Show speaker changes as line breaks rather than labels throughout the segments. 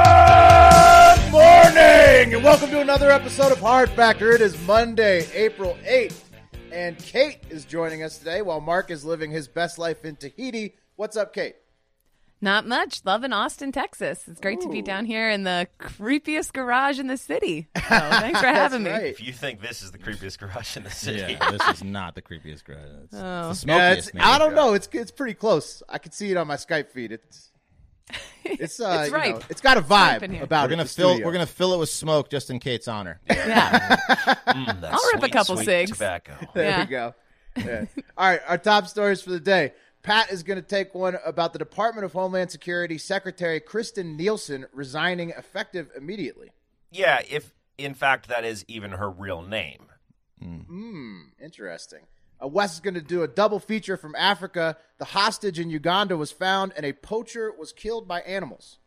Good morning, and welcome to another episode of Hard Factor. It is Monday, April 8th, and Kate is joining us today while Mark is living his best life in Tahiti. What's up, Kate?
Not much. Love in Austin, Texas. It's great to be down here in the creepiest garage in the city. So thanks for having me.
Right.
If you think this is the creepiest garage in the city,
Yeah, this is not the creepiest garage. It's,
Oh.
it's the
Yeah,
smokiest,
it's,
maybe.
I don't know. It's it's pretty close. I can see it on my Skype feed. It's it's uh,
It's
you know,
ripe.
it's got a
ripe in
vibe
here.
about
We're gonna
it, the
fill.
studio.
We're gonna fill it with smoke just in Kate's honor.
Yeah.
Mm, that
I'll rip a
sweet,
couple
sweet
cigs.
Tobacco.
There
Yeah.
we go. Yeah. All right, our top stories for the day. Pat is going to take one about the Department of Homeland Security Secretary Kristen Nielsen resigning effective immediately.
Yeah, if in fact that is even her real name.
Interesting. Uh, Wes is going to do a double feature from Africa. The hostage in Uganda was found, and a poacher was killed by animals.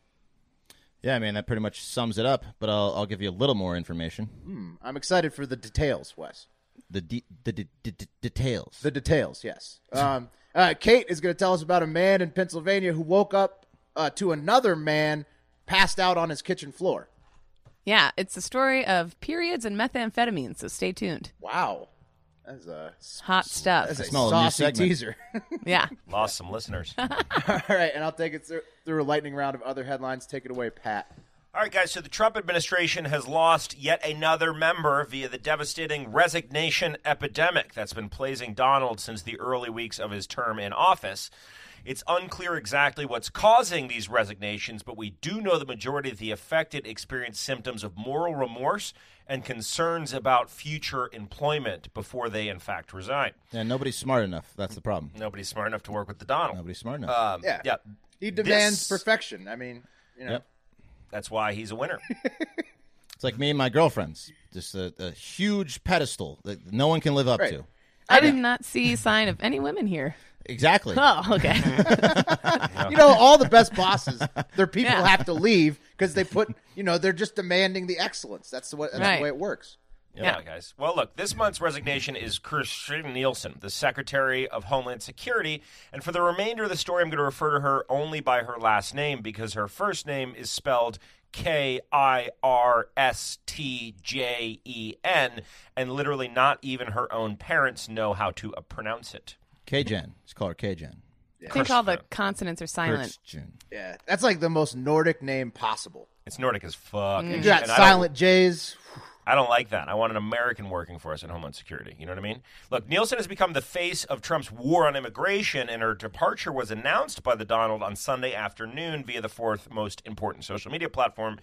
Yeah, man, that pretty much sums it up. But I'll, I'll give you a little more information.
I'm excited for the details, Wes.
The de- the de- de- de- details.
The details, yes. Um, uh, Kate is going to tell us about a man in Pennsylvania who woke up uh, to another man passed out on his kitchen floor.
yeah. It's the story of periods and methamphetamine. So stay tuned.
Wow. That's a,
Hot stuff.
that's a
smell a new
saucy
segment.
teaser.
Yeah.
Lost some listeners.
All right, and I'll take it through, through a lightning round of other headlines. Take it away, Pat.
All right, guys. So the Trump administration has lost yet another member via the devastating resignation epidemic that's been plaguing Donald since the early weeks of his term in office. It's unclear exactly what's causing these resignations, but we do know the majority of the affected experience symptoms of moral remorse and concerns about future employment before they, in fact, resign.
yeah, nobody's smart enough. That's the problem.
Nobody's smart enough to work with the Donald.
Nobody's smart enough.
Um,
Yeah.
yeah.
He demands
This-
perfection. I mean, you know,
Yep.
That's why he's a winner.
It's like me and my girlfriends. Just a, a huge pedestal that no one can live up
Right.
to.
I did not see sign of any women here.
Exactly.
Oh, okay.
you know, all the best bosses, their people
Yeah.
have to leave because they put, you know, they're just demanding the excellence. That's the way, that's
Right.
the way it works.
Yeah,
Yeah.
guys. Well, look, this month's resignation is Kirstjen Nielsen, the Secretary of Homeland Security. And for the remainder of the story, I'm going to refer to her only by her last name because her first name is spelled K I R S T J E N. And literally, not even her own parents know how to uh, pronounce it.
K Jen. Let's call her K Jen.
I think all the consonants are silent.
Kirsten.
Yeah. That's like the most Nordic name possible.
It's Nordic as fuck.
Mm. You
And-
got
and I don't-
silent J's.
I don't like that. I want an American working for us in Homeland Security. You know what I mean? Look, Nielsen has become the face of Trump's war on immigration, and her departure was announced by the Donald on Sunday afternoon via the fourth most important social media platform.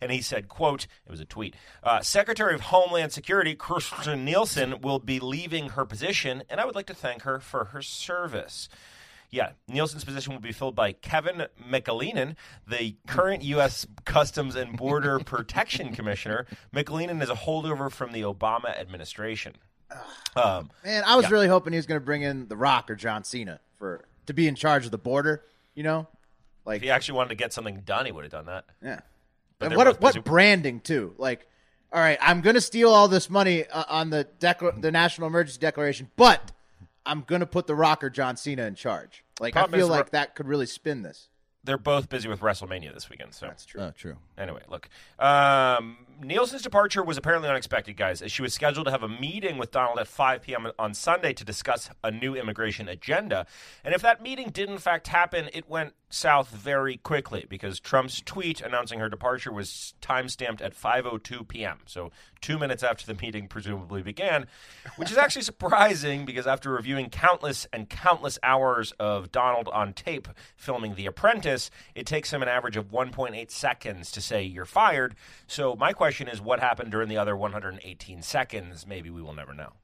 And he said, quote, it was a tweet, uh, Secretary of Homeland Security Kirstjen Nielsen will be leaving her position, and I would like to thank her for her service. Yeah, Nielsen's position will be filled by Kevin McAleenan, the current U.S. Customs and Border Protection Commissioner. McAleenan is a holdover from the Obama administration. Um,
Man, I was really hoping he was going to bring in The Rock or John Cena for to be in charge of the border, you know? Like,
if he actually wanted to get something done, he would have done that.
Yeah.
But
and
they're
what
both
what
busy-
branding too? Like, all right, I'm gonna steal all this money uh, on the decla- the National Emergency Declaration, but I'm gonna put the Rocker John Cena in charge. Like, I
Problem
feel
is the
like
Ro-
that could really spin this.
They're both busy with WrestleMania this weekend. So
That's true.
Oh, true.
anyway, look. Um, Nielsen's departure was apparently unexpected, guys, as she was scheduled to have a meeting with Donald at 5 p.m. on Sunday to discuss a new immigration agenda. And if that meeting did, in fact, happen, it went south very quickly because Trump's tweet announcing her departure was timestamped at 5:02 p.m. So 2 minutes after the meeting presumably began, which is actually surprising because after reviewing countless and countless hours of Donald on tape filming The Apprentice, it takes him an average of 1.8 seconds to say you're fired. So my question is what happened during the other 118 seconds? Maybe we will never know.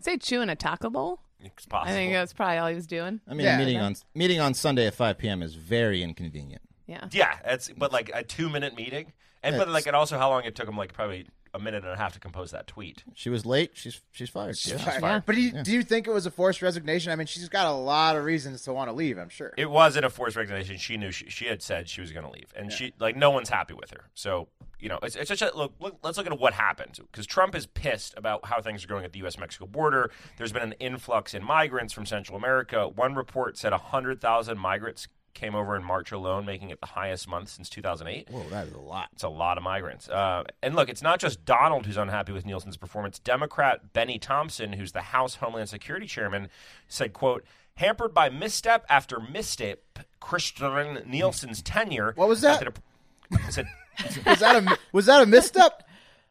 Say chewing a taco bowl.
It's possible.
I think that's probably all he was doing.
I mean,
Yeah,
meeting on meeting on Sunday at 5 p.m. is very inconvenient.
Yeah.
Yeah, that's but like a two minute meeting, and but like and also how long it took him like probably a minute and a half to compose that tweet.
She was late. She's she's fired. Yeah.
Right. But do you, do you think it was a forced resignation? I mean, she's got a lot of reasons to want to leave. I'm sure.
It wasn't a forced resignation. She knew she, she had said she was going to leave, and she like no one's happy with her. So you know, it's, it's such a look, look. Let's look at what happened because Trump is pissed about how things are going at the U.S. Mexico border. There's been an influx in migrants from Central America. One report said hundred thousand migrants came over in March alone, making it the highest month since 2008.
Whoa, that is a lot.
It's a lot of migrants. Uh, and look, it's not just Donald who's unhappy with Nielsen's performance. Democrat Benny Thompson, who's the House Homeland Security Chairman, said, quote, hampered by misstep after misstep, Christian Nielsen's tenure.
What was that?
at the dep- I said,
Was that a was that a misstep?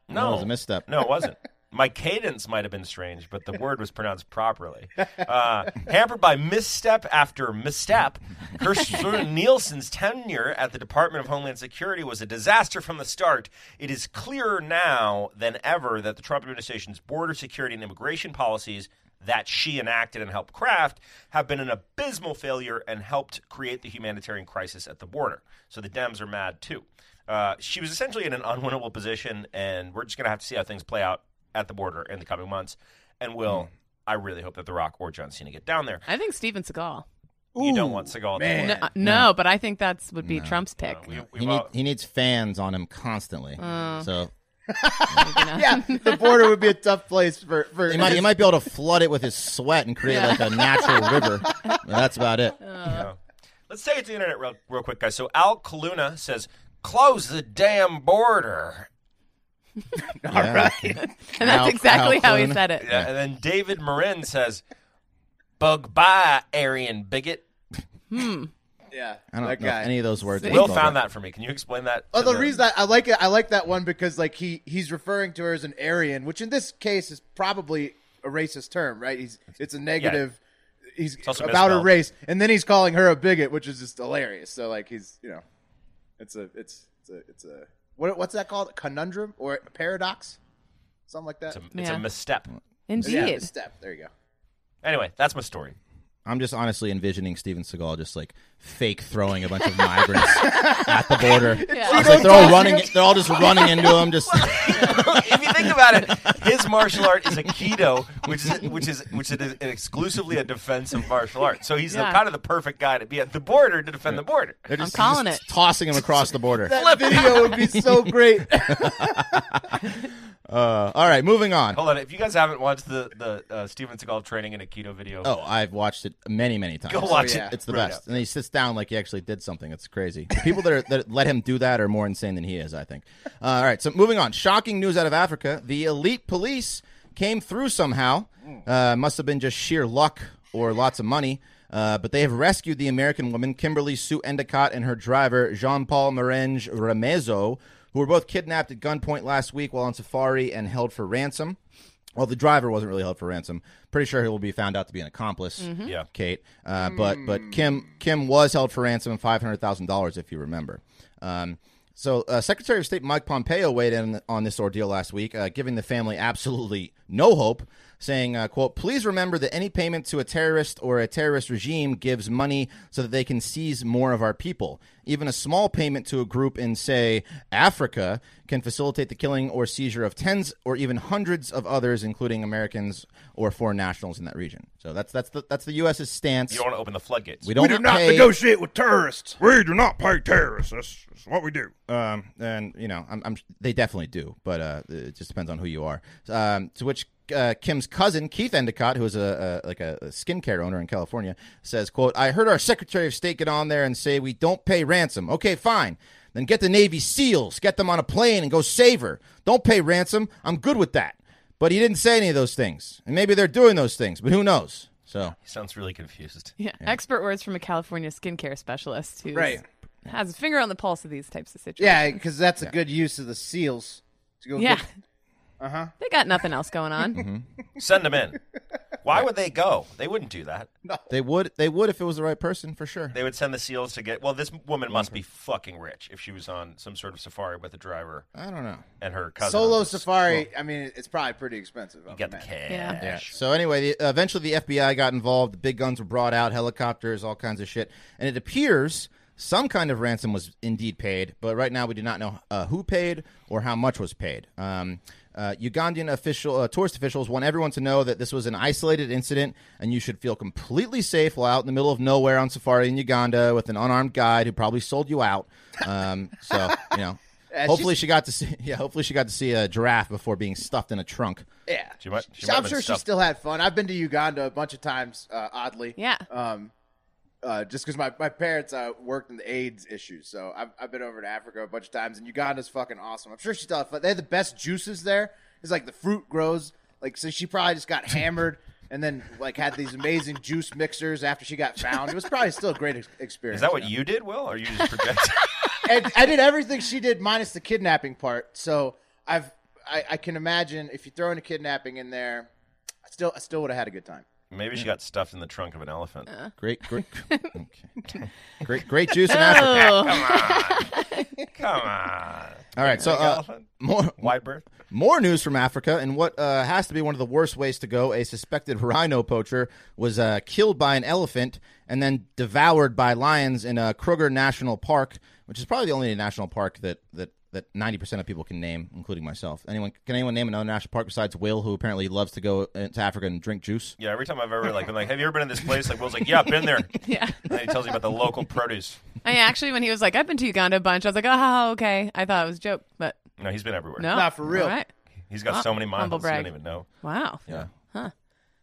no.
it was a misstep.
No, it wasn't. My cadence might have been strange, but the word was pronounced properly. Uh, hampered by misstep after misstep, Kirsten Nielsen's tenure at the Department of Homeland Security was a disaster from the start. It is clearer now than ever that the Trump administration's border security and immigration policies that she enacted and helped craft have been an abysmal failure and helped create the humanitarian crisis at the border. So the Dems are mad too. Uh, she was essentially in an unwinnable position, and we're just going to have to see how things play out at the border in the coming months. And will I really hope that The Rock or John Cena get down there?
I think Steven Seagal.
you don't want Seagal. Man.
No, uh, no, but I think that's would be Trump's pick.
He, need, he needs fans on him constantly.
Oh.
So
Yeah, the border would be a tough place for for.
he might, he might be able to flood it with his sweat and create like a natural river. But that's about it.
Let's take it to the internet real, real quick, guys. So Al Kaluna says, "Close the damn border."
All right.
and that's
Al-
exactly
Al
how he
Capone.
said it.
Yeah. Uh, And then David Marin says, "Bug bye, Aryan bigot."
yeah,
I don't
that
know
guy.
any of those words.
Will found that for me. Can you explain that?
Oh,
to
the reason I, I like it, I like that one because like he he's referring to her as an Aryan, which in this case is probably a racist term, right? He's it's a negative. He's
also
about her
misspelled.
race, and then he's calling her a bigot, which is just hilarious. So like he's you know, it's a it's it's a it's a what what's that called? Conundrum or paradox, something like that.
it's, a, it's a
Yeah.
misstep.
yeah,
Indeed.
step. There you go.
Anyway, that's my story.
I'm just honestly envisioning Steven Seagal just like fake throwing a bunch of migrants at the border. It's like they're all running. They're all just running into him. Just
if you think about it, his martial art is aikido, which is which is which is exclusively a defensive martial art. So he's the-
Yeah.
kind of the perfect guy to be at the border to defend the border.
they're just,
calling
just
it.
tossing him across the border.
That video would be so great.
Uh, all right, moving on.
Hold on, if you guys haven't watched the the uh, Steven Seagal training in aikido video,
Oh, I've watched it many, many times.
Go watch
It's-
it.
It's the
Right
best.
up.
And he sits down like he actually did something. It's crazy. The people that, are, that let him do that are more insane than he is, I think. Uh, all right, so moving on. Shocking news out of Africa. The elite police came through somehow. Uh, must have been just sheer luck or lots of money. Uh, but they have rescued the American woman, Kimberly Sue Endicott, and her driver, Jean Paul Marenge Remezo, who were both kidnapped at gunpoint last week while on safari and held for ransom. Well, the driver wasn't really held for ransom. Pretty sure he will be found out to be an accomplice.
Yeah.
Kate. Uh, But but Kim Kim was held for ransom five hundred thousand dollars, if you remember. Um, so uh, Secretary of State Mike Pompeo weighed in on this ordeal last week, uh, giving the family absolutely no hope, saying, uh, "quote Please remember that any payment to a terrorist or a terrorist regime gives money so that they can seize more of our people. Even a small payment to a group in, say, Africa, can facilitate the killing or seizure of tens or even hundreds of others, including Americans or foreign nationals in that region. So that's that's the that's the U.S.'s stance.
you don't want to open the floodgates.
We don't pay,
with terrorists. We do not pay terrorists. That's, that's what we do.
um, and you know, I'm, I'm they definitely do, but uh, it just depends on who you are. Um, to which uh, Kim's cousin Keith Endicott, who is a, a like a, a skincare owner in California, says, "quote I heard our Secretary of State get on there and say we don't pay ransom. Okay, fine." Then get the Navy SEALs, get them on a plane and go save her. Don't pay ransom. I'm good with that. But he didn't say any of those things. And maybe they're doing those things, but who knows? So
He sounds really confused.
Yeah. Expert words from a California skincare specialist who
Right.
has a finger on the pulse of these types of situations.
Yeah, because that's a good use of the seals. To go
Yeah.
get- Uh-huh.
They got nothing else going on.
Mm-hmm.
Send them in. Why would they go? They wouldn't do that.
they would they would if it was the right person for sure.
They would send the SEALs to get. Well, this woman must
Mm-hmm.
be fucking rich if she was on some sort of safari with a driver
I don't know.
and her cousin.
solo
was-
safari. I mean, it's probably pretty expensive.
You got the cash.
Yeah.
Yeah. So anyway, the, eventually the FBI got involved. The big guns were brought out, helicopters, all kinds of shit, and it appears some kind of ransom was indeed paid. But right now, we do not know uh, who paid or how much was paid. Um, uh, Ugandan official uh, tourist officials want everyone to know that this was an isolated incident, and you should feel completely safe while out in the middle of nowhere on safari in Uganda with an unarmed guide who probably sold you out. Um, so you know. hopefully she got to see yeah hopefully she got to see a giraffe before being stuffed in a trunk
Yeah,
She might- she
So
might
I'm
have been
sure she
stuffed.
still had fun. I've been to Uganda a bunch of times, uh, oddly.
Yeah.
Um, uh, just because my my parents uh, worked in the AIDS issue, so I've I've been over to Africa a bunch of times, and Uganda's fucking awesome. I'm sure she still had fun. They had the best juices there. It's like the fruit grows. Like so, she probably just got hammered. And then, like, had these amazing juice mixers after she got found. It was probably still a great ex- experience.
Is that what you did, Will? Or you just projected?
and I did everything she did minus the kidnapping part. So I've I, I can imagine if you throw in a kidnapping in there, I still I still would have had a good time.
Maybe she got stuffed in the trunk of an elephant.
Uh.
Great, great, okay. great, great juice in Africa.
Come on.
All right, so uh,
elephant?
more
Wide berth.
more news from Africa, and what uh, has to be one of the worst ways to go. A suspected rhino poacher was uh, killed by an elephant and then devoured by lions in uh, Kruger National Park, which is probably the only national park that that. That ninety percent of people can name, including myself. Anyone can anyone name another national park besides Will, who apparently loves to go into Africa and drink juice?
Yeah, every time I've ever like been like, "Have you ever been in this place?" Like Will's like, "Yeah, been there." yeah, and then he tells you about the local produce.
I mean, actually, when he was like, I've been to Uganda a bunch, I was like, oh, okay. I thought it was a joke, but
No, he's been everywhere.
no.
Not for real.
All right.
he's got so many
Humble
miles. I don't
brag.
even know.
Wow.
Yeah.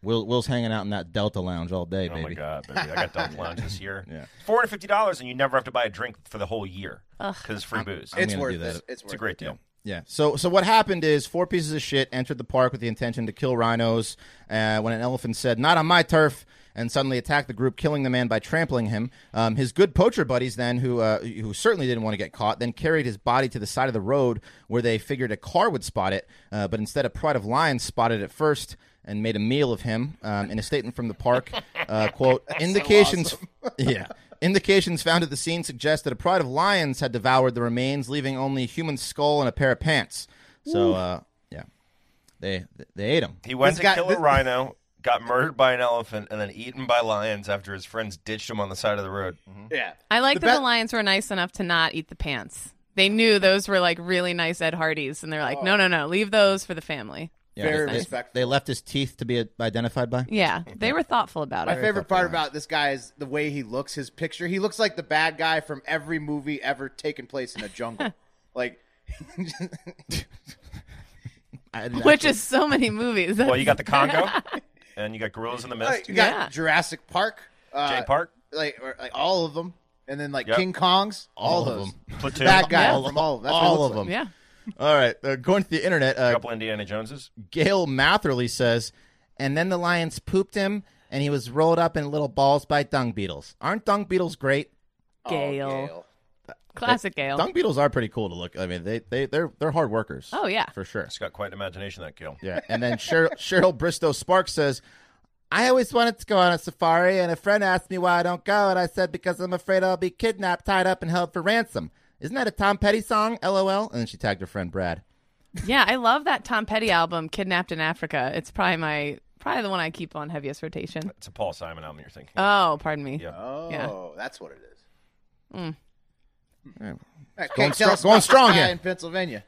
Will Will's hanging out in that Delta lounge all day,
Oh
baby.
my god, baby! I got Dunk Lounge this year.
Yeah.
Four hundred fifty dollars, and you never have to buy a drink for the whole year because it's free booze.
It's
gonna
worth
do that.
it. It's worth
It's a great deal.
Yeah. So so what happened is four pieces of shit entered the park with the intention to kill rhinos. Uh, when an elephant said, "Not on my turf." And suddenly attacked the group, killing the man by trampling him. Um, his good poacher buddies, then who uh, who certainly didn't want to get caught, then carried his body to the side of the road where they figured a car would spot it. Uh, but instead, a pride of lions spotted it first and made a meal of him. Um, in a statement from the park, uh, quote: "Indications, yeah, indications found at the scene suggest that a pride of lions had devoured the remains, leaving only a human skull and a pair of pants. So, uh, yeah, they they ate him.
He went
This
to
guy-
kill
this-
a rhino, got murdered by an elephant, and then eaten by lions after his friends ditched him on the side of the road.
Mm-hmm.
deal. Yeah.
I like
The
that
be-
the Lions were nice enough to not eat the pants. They knew those were like really nice Ed Hardys, and they're
Oh.
like, no, no, no, leave those for the family.
Yeah,
Very
they,
respectful.
They left his teeth to be identified by.
Yeah, they were thoughtful about
My
it.
favorite part about this guy is the way he looks. His picture. He looks like the bad guy from every movie ever taken place in a jungle. like
I didn't
Which
actually-
is so many movies.
Well, you got the Congo, and you got gorillas in the mist.
like, you got
Yeah.
Jurassic Park, uh,
Jay Park,
like or, like all of them, and then like
Yep.
King Kong's, all,
All of
those.
them.
Platoon,
Bad
a
guy
All
from all of them. That's what he
all
looks
of
like.
them.
yeah.
All right, uh, going to the internet. Uh,
couple Indiana Joneses.
Gail Matherly says, and then the lions pooped him, and he was rolled up in little balls by dung beetles. Aren't dung beetles great?
Oh,
Gale.
Gale.
Classic Gale.
Dung beetles are pretty cool to look. I mean, they they they're they're hard workers.
Oh, yeah.
for sure.
It's got quite an imagination that kill.
Yeah, and then Cheryl, Cheryl Bristow Sparks says, "I always wanted to go on a safari, and a friend asked me why I don't go, and I said because I'm afraid I'll be kidnapped, tied up, and held for ransom. Isn't that a Tom Petty song? LOL." And then she tagged her friend Brad.
Yeah, I love that Tom Petty album, Kidnapped in Africa. It's probably my probably the one I keep on heaviest rotation.
It's a Paul Simon album you're thinking.
Oh, pardon me.
Yeah.
Oh,
Yeah. Mm.
that's what it is.
All right.
All right,
Going
Kate, tell
strong-
us
going
about this
strong
guy
here.
in Pennsylvania.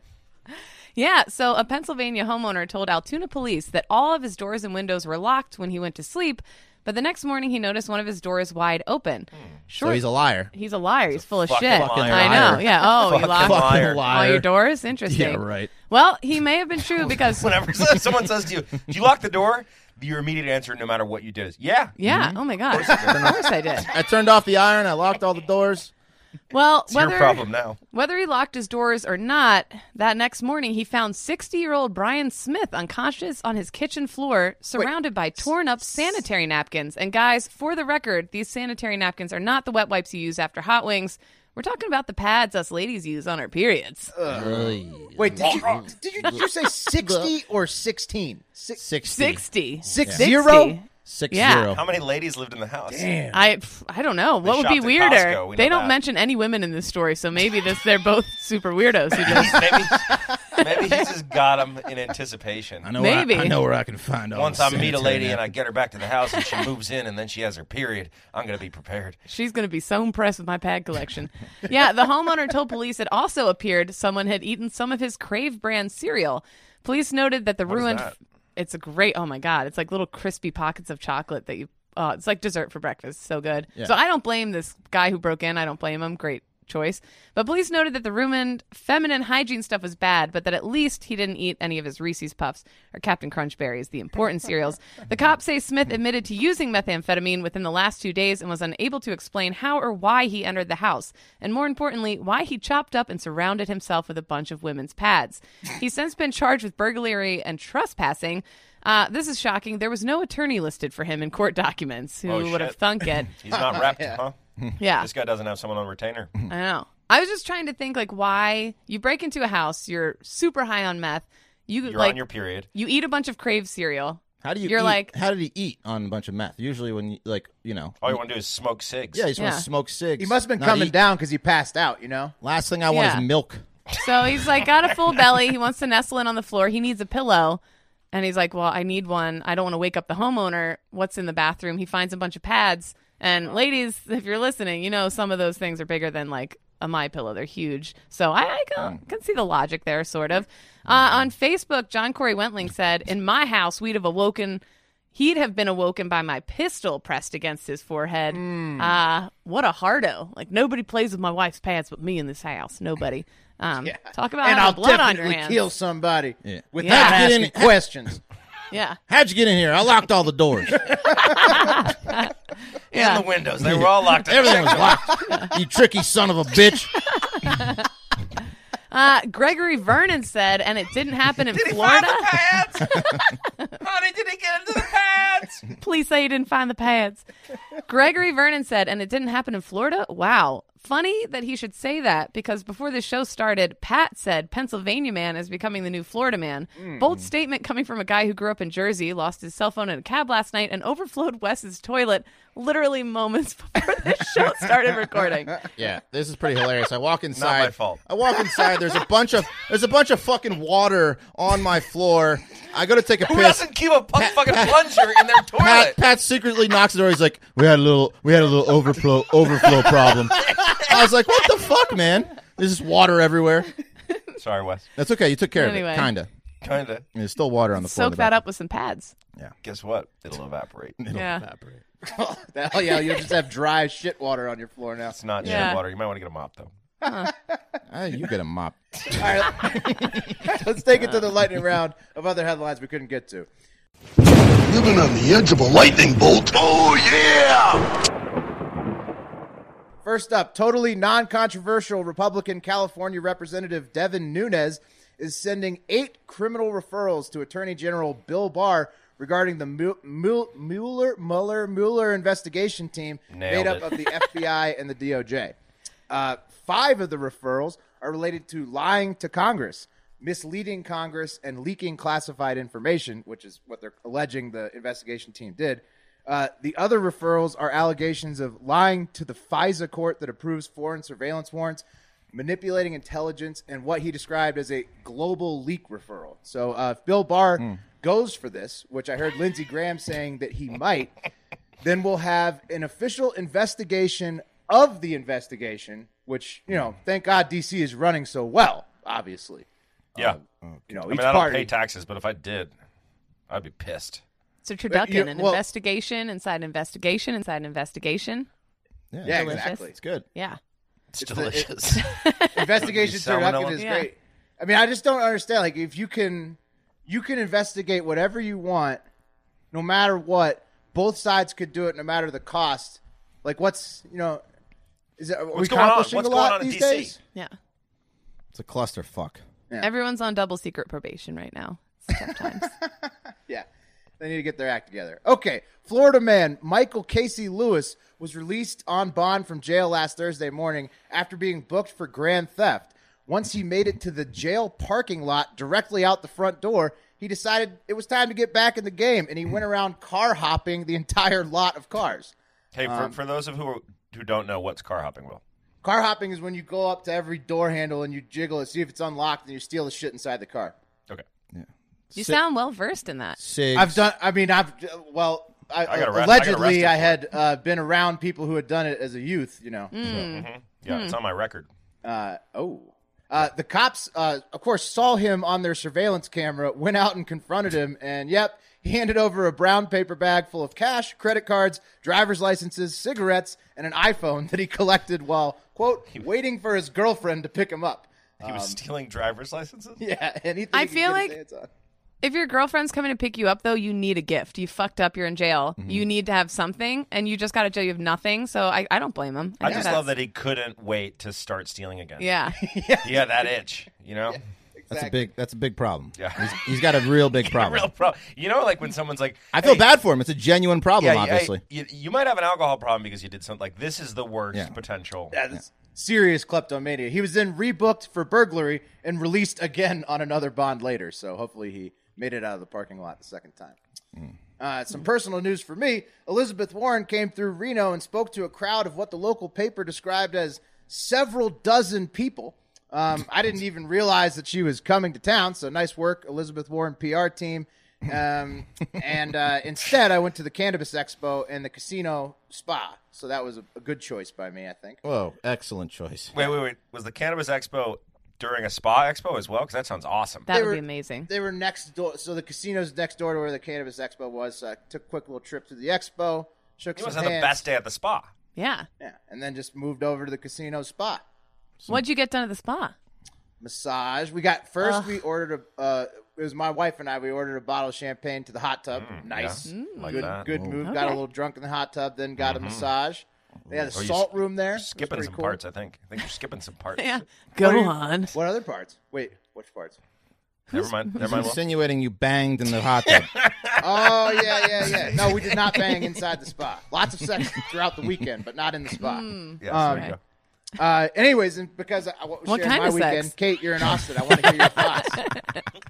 Yeah, so a Pennsylvania homeowner told Altoona police that all of his doors and windows were locked when he went to sleep, but the next morning he noticed one of his doors wide open. Sure.
So he's a liar.
He's a liar. He's, full of
Hmm. fucking
shit.
liar.
I know.
Liar.
Yeah. Oh, you locked
Fucking liar.
all your doors? Interesting.
Yeah, right.
Well, he may have been true because.
Whenever someone says to you, "Do you lock the door?" Your immediate answer, no matter what you did, is yeah.
Yeah. Oh, my God. Of course I did.
I turned off the iron. I locked all the doors.
Well,
It's
whether
your problem now.
Whether he locked his doors or not, that next morning he found 60 year old Brian Smith unconscious on his kitchen floor, surrounded by torn up sanitary napkins. And guys, for the record, these sanitary napkins are not the wet wipes you use after hot wings. We're talking about the pads us ladies use on our periods.
Wait, did you, did you, did you say 60 or 16? Six,
60.
60.
Six
60.
zero?
Six
Yeah.
zero.
How many ladies lived in the house?
I, pff, I don't know. What would
shopped
be
at
weirder?
Costco, we know
they don't
that.
mention any women in this story, so maybe this they're both super weirdos who just
Maybe, maybe he just got them in anticipation.
I know
Maybe.
Where I, I know where I can find all
Once
the
I meet a
sanitary
lady and I
napkins.
get her back to the house and she moves in and then she has her period, I'm going to be prepared.
She's going to be so impressed with my pad collection. yeah, the homeowner told police it also appeared someone had eaten some of his Crave brand cereal. Police noted that the
is
ruined.
that?
It's a great. Oh my god! It's like little crispy pockets of chocolate that you. Uh, it's like dessert for breakfast. So good. So I don't blame this guy who broke in. I don't blame him. Great choice. But police noted that the ruined feminine hygiene stuff was bad, but that at least he didn't eat any of his Reese's Puffs or Captain Crunch Berries, the important cereals. The cops say Smith admitted to using methamphetamine within the last two days and was unable to explain how or why he entered the house, and more importantly, why he chopped up and surrounded himself with a bunch of women's pads. He's since been charged with burglary and trespassing. Uh, this is shocking. There was no attorney listed for him in court documents. Who
Oh,
would have
shit.
thunk it?
He's not wrapped, huh?
Yeah.
This guy doesn't have someone on retainer.
I know. I was just trying to think like why you break into a house, you're super high on meth, you
You're
like
on your period.
you eat a bunch of crave cereal.
How do you?
You're
eat-
like-
How did he eat on a bunch of meth? Usually, when you, like you know,
All you want to do is smoke cigs.
yeah, you just want
Yeah.
to smoke cigs.
Oh, He must have been
not
coming
eat.
down because he passed out, you know?
Last thing I want
Yeah.
is milk.
So he's like got a full belly, he wants to nestle in on the floor, he needs a pillow. And he's like, "Well, I need one. I don't want to wake up the homeowner. What's in the bathroom?" He finds a bunch of pads. And ladies, if you're listening, you know some of those things are bigger than like a my pillow. They're huge. So I, I can,
Hmm.
can see the logic there, sort of. Uh, on Facebook, John Corey Wentling said, "In my house, we'd have awoken He'd have been awoken by my pistol pressed against his forehead.
Hmm.
Ah, what a hardo! Like nobody plays with my wife's pads but me in this house. Nobody. Um, Talk about
and
having
I'll
blood on your
definitely
hands.
kill somebody
Yeah.
without
Yeah.
Get in-
asking questions.
Yeah,
How'd you get in here? I locked all the doors.
yeah.
The windows, they were all locked up.
Everything was locked. you tricky son of a bitch.
Uh, Gregory Vernon said, and it didn't happen in Florida.
Honey, did he get into the pads?
Please say you didn't find the pads. Gregory Vernon said, and it didn't happen in Florida? Wow. Funny that he should say that because before the show started, Pat said Pennsylvania man is becoming the new Florida man. Bold statement coming from a guy who grew up in Jersey, lost his cell phone in a cab last night, and overflowed Wes's toilet literally moments before the show started recording.
Yeah, this is pretty hilarious. I walk inside.
my fault.
Uh,
I walk inside. There's a bunch of there's a bunch of fucking water on my floor. I go to take a
Who
piss.
doesn't keep a pu- fucking plunger in their toilet?
Pat, Pat secretly knocks the door. He's like, "We had a little, we had a little overflow, overflow problem." I was like, "What the fuck, man? There's just water everywhere."
Sorry, Wes.
That's okay. You took care
Anyway.
of it, kinda.
Kinda.
There's still water on the floor. in
Soak
the
that
back.
up with some pads.
Guess what? It'll evaporate.
Yeah.
oh, yeah, you'll just have dry shit water on your floor now.
It's not
Yeah.
yeah. water. You might want to get a mop though.
Ah, you get a mop.
All right, let's take it to the lightning round of other headlines we couldn't get to.
Living on the edge of a lightning bolt. Oh, yeah!
First up, totally non controversial Republican California Representative Devin Nunes is sending eight criminal referrals to Attorney General Bill Barr regarding the Mu- Mu- Mueller, Mueller, Mueller investigation team
Nailed
made up
it.
of the FBI and the DOJ. Uh, five of the referrals are related to lying to Congress, misleading Congress, and leaking classified information, which is what they're alleging the investigation team did. Uh, the other referrals are allegations of lying to the FISA court that approves foreign surveillance warrants, manipulating intelligence, and what he described as a global leak referral. So uh, if Bill Barr goes for this, which I heard Lindsey Graham saying that he might, then we'll have an official investigation of the investigation, which, you know, thank God DC is running so well, obviously.
Yeah.
You know, Uh,
I
each
mean, I don't
party.
pay taxes, but if I did, I'd be pissed.
So Turducken,
you-
an
well-
investigation inside an investigation inside an investigation.
Yeah,
yeah,
it's-
exactly.
It's good.
Yeah.
It's,
the- it-
delicious.
investigation
That'd be
Turducken
salmonella.
is
Yeah.
great. I mean, I just don't understand. Like, if you can, you can investigate whatever you want, no matter what. Both sides could do it, no matter the cost. Like, what's you know, Is it, are
What's
we
going on?
accomplishing
What's
a
going
lot
on in
these
DC?
days?
Yeah.
It's a clusterfuck.
Yeah.
Everyone's on double secret probation right now. It's tough times.
Yeah. They need to get their act together. Okay. Florida man Michael Casey Lewis was released on bond from jail last Thursday morning after being booked for grand theft. Once he made it to the jail parking lot directly out the front door, he decided it was time to get back in the game and he went around car hopping the entire lot of cars.
Hey, for,
Um,
for those of who who don't know, what's car hopping, Will?
Car hopping is when you go up to every door handle and you jiggle it, see if it's unlocked, and you steal the shit inside the car.
Okay,
You sound well versed in that.
Sig.
I've done. I mean, I've well. I,
I got arrested- I got arrested
allegedly, I,
for
had uh, been around people who had done it as a youth. You know.
Hmm.
Mm-hmm. yeah, it's on my record.
Uh, oh. Uh, the cops, uh, of course, saw him on their surveillance camera, went out and confronted him, and yep, he handed over a brown paper bag full of cash, credit cards, driver's licenses, cigarettes, and an iPhone that he collected while quote waiting for his girlfriend to pick him up.
He
Um,
was stealing driver's licenses.
Yeah, anything.
I
he could
feel
get his
like-
hands on.
If your girlfriend's coming to pick you up, though, you need a gift. You fucked up. You're in jail. You need to have something, and you just got to jail. You have nothing. So I, I don't blame him.
I
think
just
that's-
love that he couldn't wait to start stealing again.
Yeah.
yeah, that itch. You know,
That's a big. That's a big problem.
Yeah.
He's, he's got a real big problem.
real problem. You know, like when someone's like,
I feel
"Hey,
bad for him. It's a genuine problem,
yeah, I-
obviously.
you, you might have an alcohol problem because you did something like this. Is the worst potential.
That's serious kleptomania. He was then rebooked for burglary and released again on another bond later. So hopefully he made it out of the parking lot the second time. Uh, some personal news for me. Elizabeth Warren came through Reno and spoke to a crowd of what the local paper described as several dozen people. Um, I didn't even realize that she was coming to town. So nice work, Elizabeth Warren PR team. Um, and uh, instead, I went to the Cannabis Expo and the Casino Spa. So that was a, a good choice by me, I think.
Whoa, excellent choice.
Wait, wait, wait. Was the cannabis expo during a spa expo as well? Because that sounds awesome.
That
They
would
were-
be amazing.
They were next door, so the casino's next door to where the Cannabis Expo was. So I took a quick little trip to the expo, shook
you
some
must have the
hands,
best day at the spa.
Yeah.
yeah, and then just moved over to the casino spot.
What'd you get done at the spa?
Massage. We got first. We ordered a. Uh, it was my wife and I. We ordered a bottle of champagne to the hot tub. nice,
Mm, like
good,
that. Mm-hmm.
good move. Got a little drunk in the hot tub, then got a massage. They had a
you
salt
sk-
room there. It was
Skipping
pretty
some
cool.
parts, I think. I think you're skipping some parts.
Yeah.
What
Go
are you-
on.
What other parts? Wait, which parts?
Never mind. Never mind. Will.
Insinuating you banged in the hot tub.
Oh yeah, yeah, yeah. No, we did not bang inside the spa. Lots of sex throughout the weekend, but not in the spa.
Yes,
Um,
there you go.
Uh, anyways, and because I want
What kind
my
of
weekend,
sex?
Kate, you're in Austin. I want to hear your thoughts.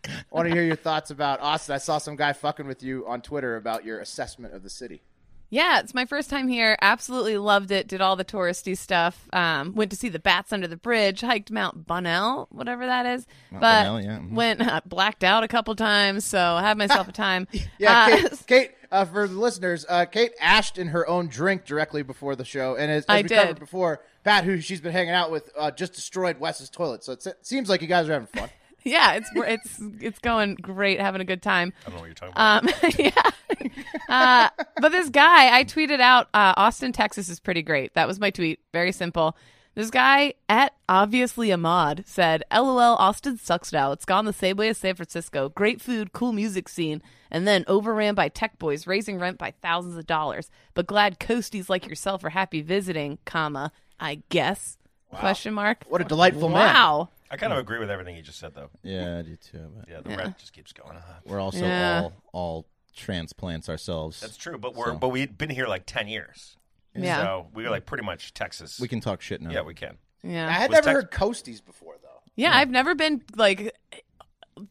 I want to hear your thoughts about Austin. I saw some guy fucking with you on Twitter about your assessment of the city.
Yeah, it's my first time here. Absolutely loved it. Did all the touristy stuff. Um, went to see the bats under the bridge. Hiked Mount Bunnell, whatever that is. but
Bunnell, yeah, mhm.
went uh, blacked out a couple times, so I had myself a time.
Yeah,
Uh,
Kate. Kate uh, for the listeners, uh, Kate ashed in her own drink directly before the show, and as, as
I
we
did.
covered before, Pat, who she's been hanging out with, uh, just destroyed Wes's toilet. So it's- it seems like you guys are having fun.
yeah, it's it's it's going great, having a good time.
I don't know what you're talking about.
Um, yeah. Uh, but this guy, I tweeted out, uh, Austin, Texas is pretty great. That was my tweet. Very simple. This guy at obviously Ahmad said, "LOL, Austin sucks now. It's gone the same way as San Francisco. Great food, cool music scene, and then overran by tech boys, raising rent by thousands of dollars. But glad coasties like yourself are happy visiting, comma I guess question mark.
What a delightful man!
wow,
I kind of agree with everything you just said, though.
yeah, I do too. But
Yeah, the rent just keeps going up.
we're also
Yeah.
all all transplants ourselves.
That's true, but we're but we'd been here like ten years,
yeah,
so we were like pretty much Texas.
We can talk shit now.
yeah, we can.
I
yeah.
had
Was
never heard
Tex-
coasties before though.
Yeah, I've never been like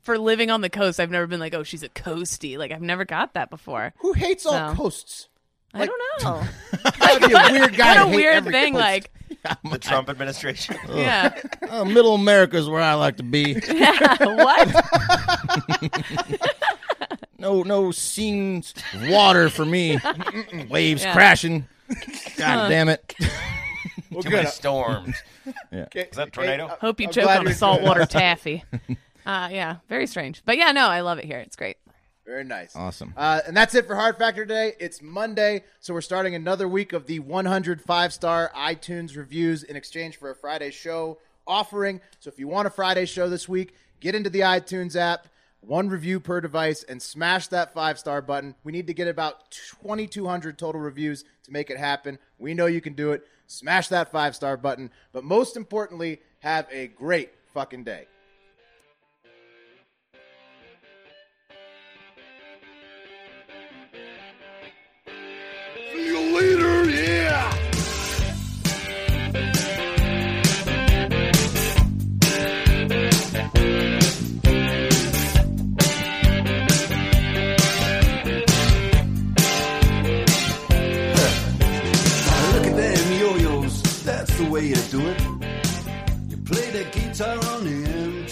for living on the coast. I've never been like, oh, she's a coastie. Like I've never got that before.
Who hates all
So.
coasts?
I don't know.
That'd be a weird guy.
What
to
a
hate
weird
every
thing.
coast.
Like,
The Trump administration.
yeah,
Oh, Middle America's where I like to be.
what?
No, no scenes, of water for me. Mm-mm, Waves crashing. God damn it.
Too many storms.
Okay,
Is that a tornado?
uh,
okay,
Hope you
I'm
choke
glad
on
you're
a saltwater taffy. Uh, yeah, very strange. But yeah, no, I love it here. It's great.
Very nice.
Awesome.
Uh, and that's it for Hard Factor today. It's Monday, so we're starting another week of the 105 star iTunes reviews in exchange for a Friday show offering. So if you want a Friday show this week, get into the iTunes app.
one review per device, and smash that five star button. We need to get about 2,200 total reviews to make it happen. We know you can do it. Smash that five star button. But most importantly, have a great fucking day.
See you later, yeah!
Now look at them yo-yos, that's the way you do it. You play the guitar on the MG.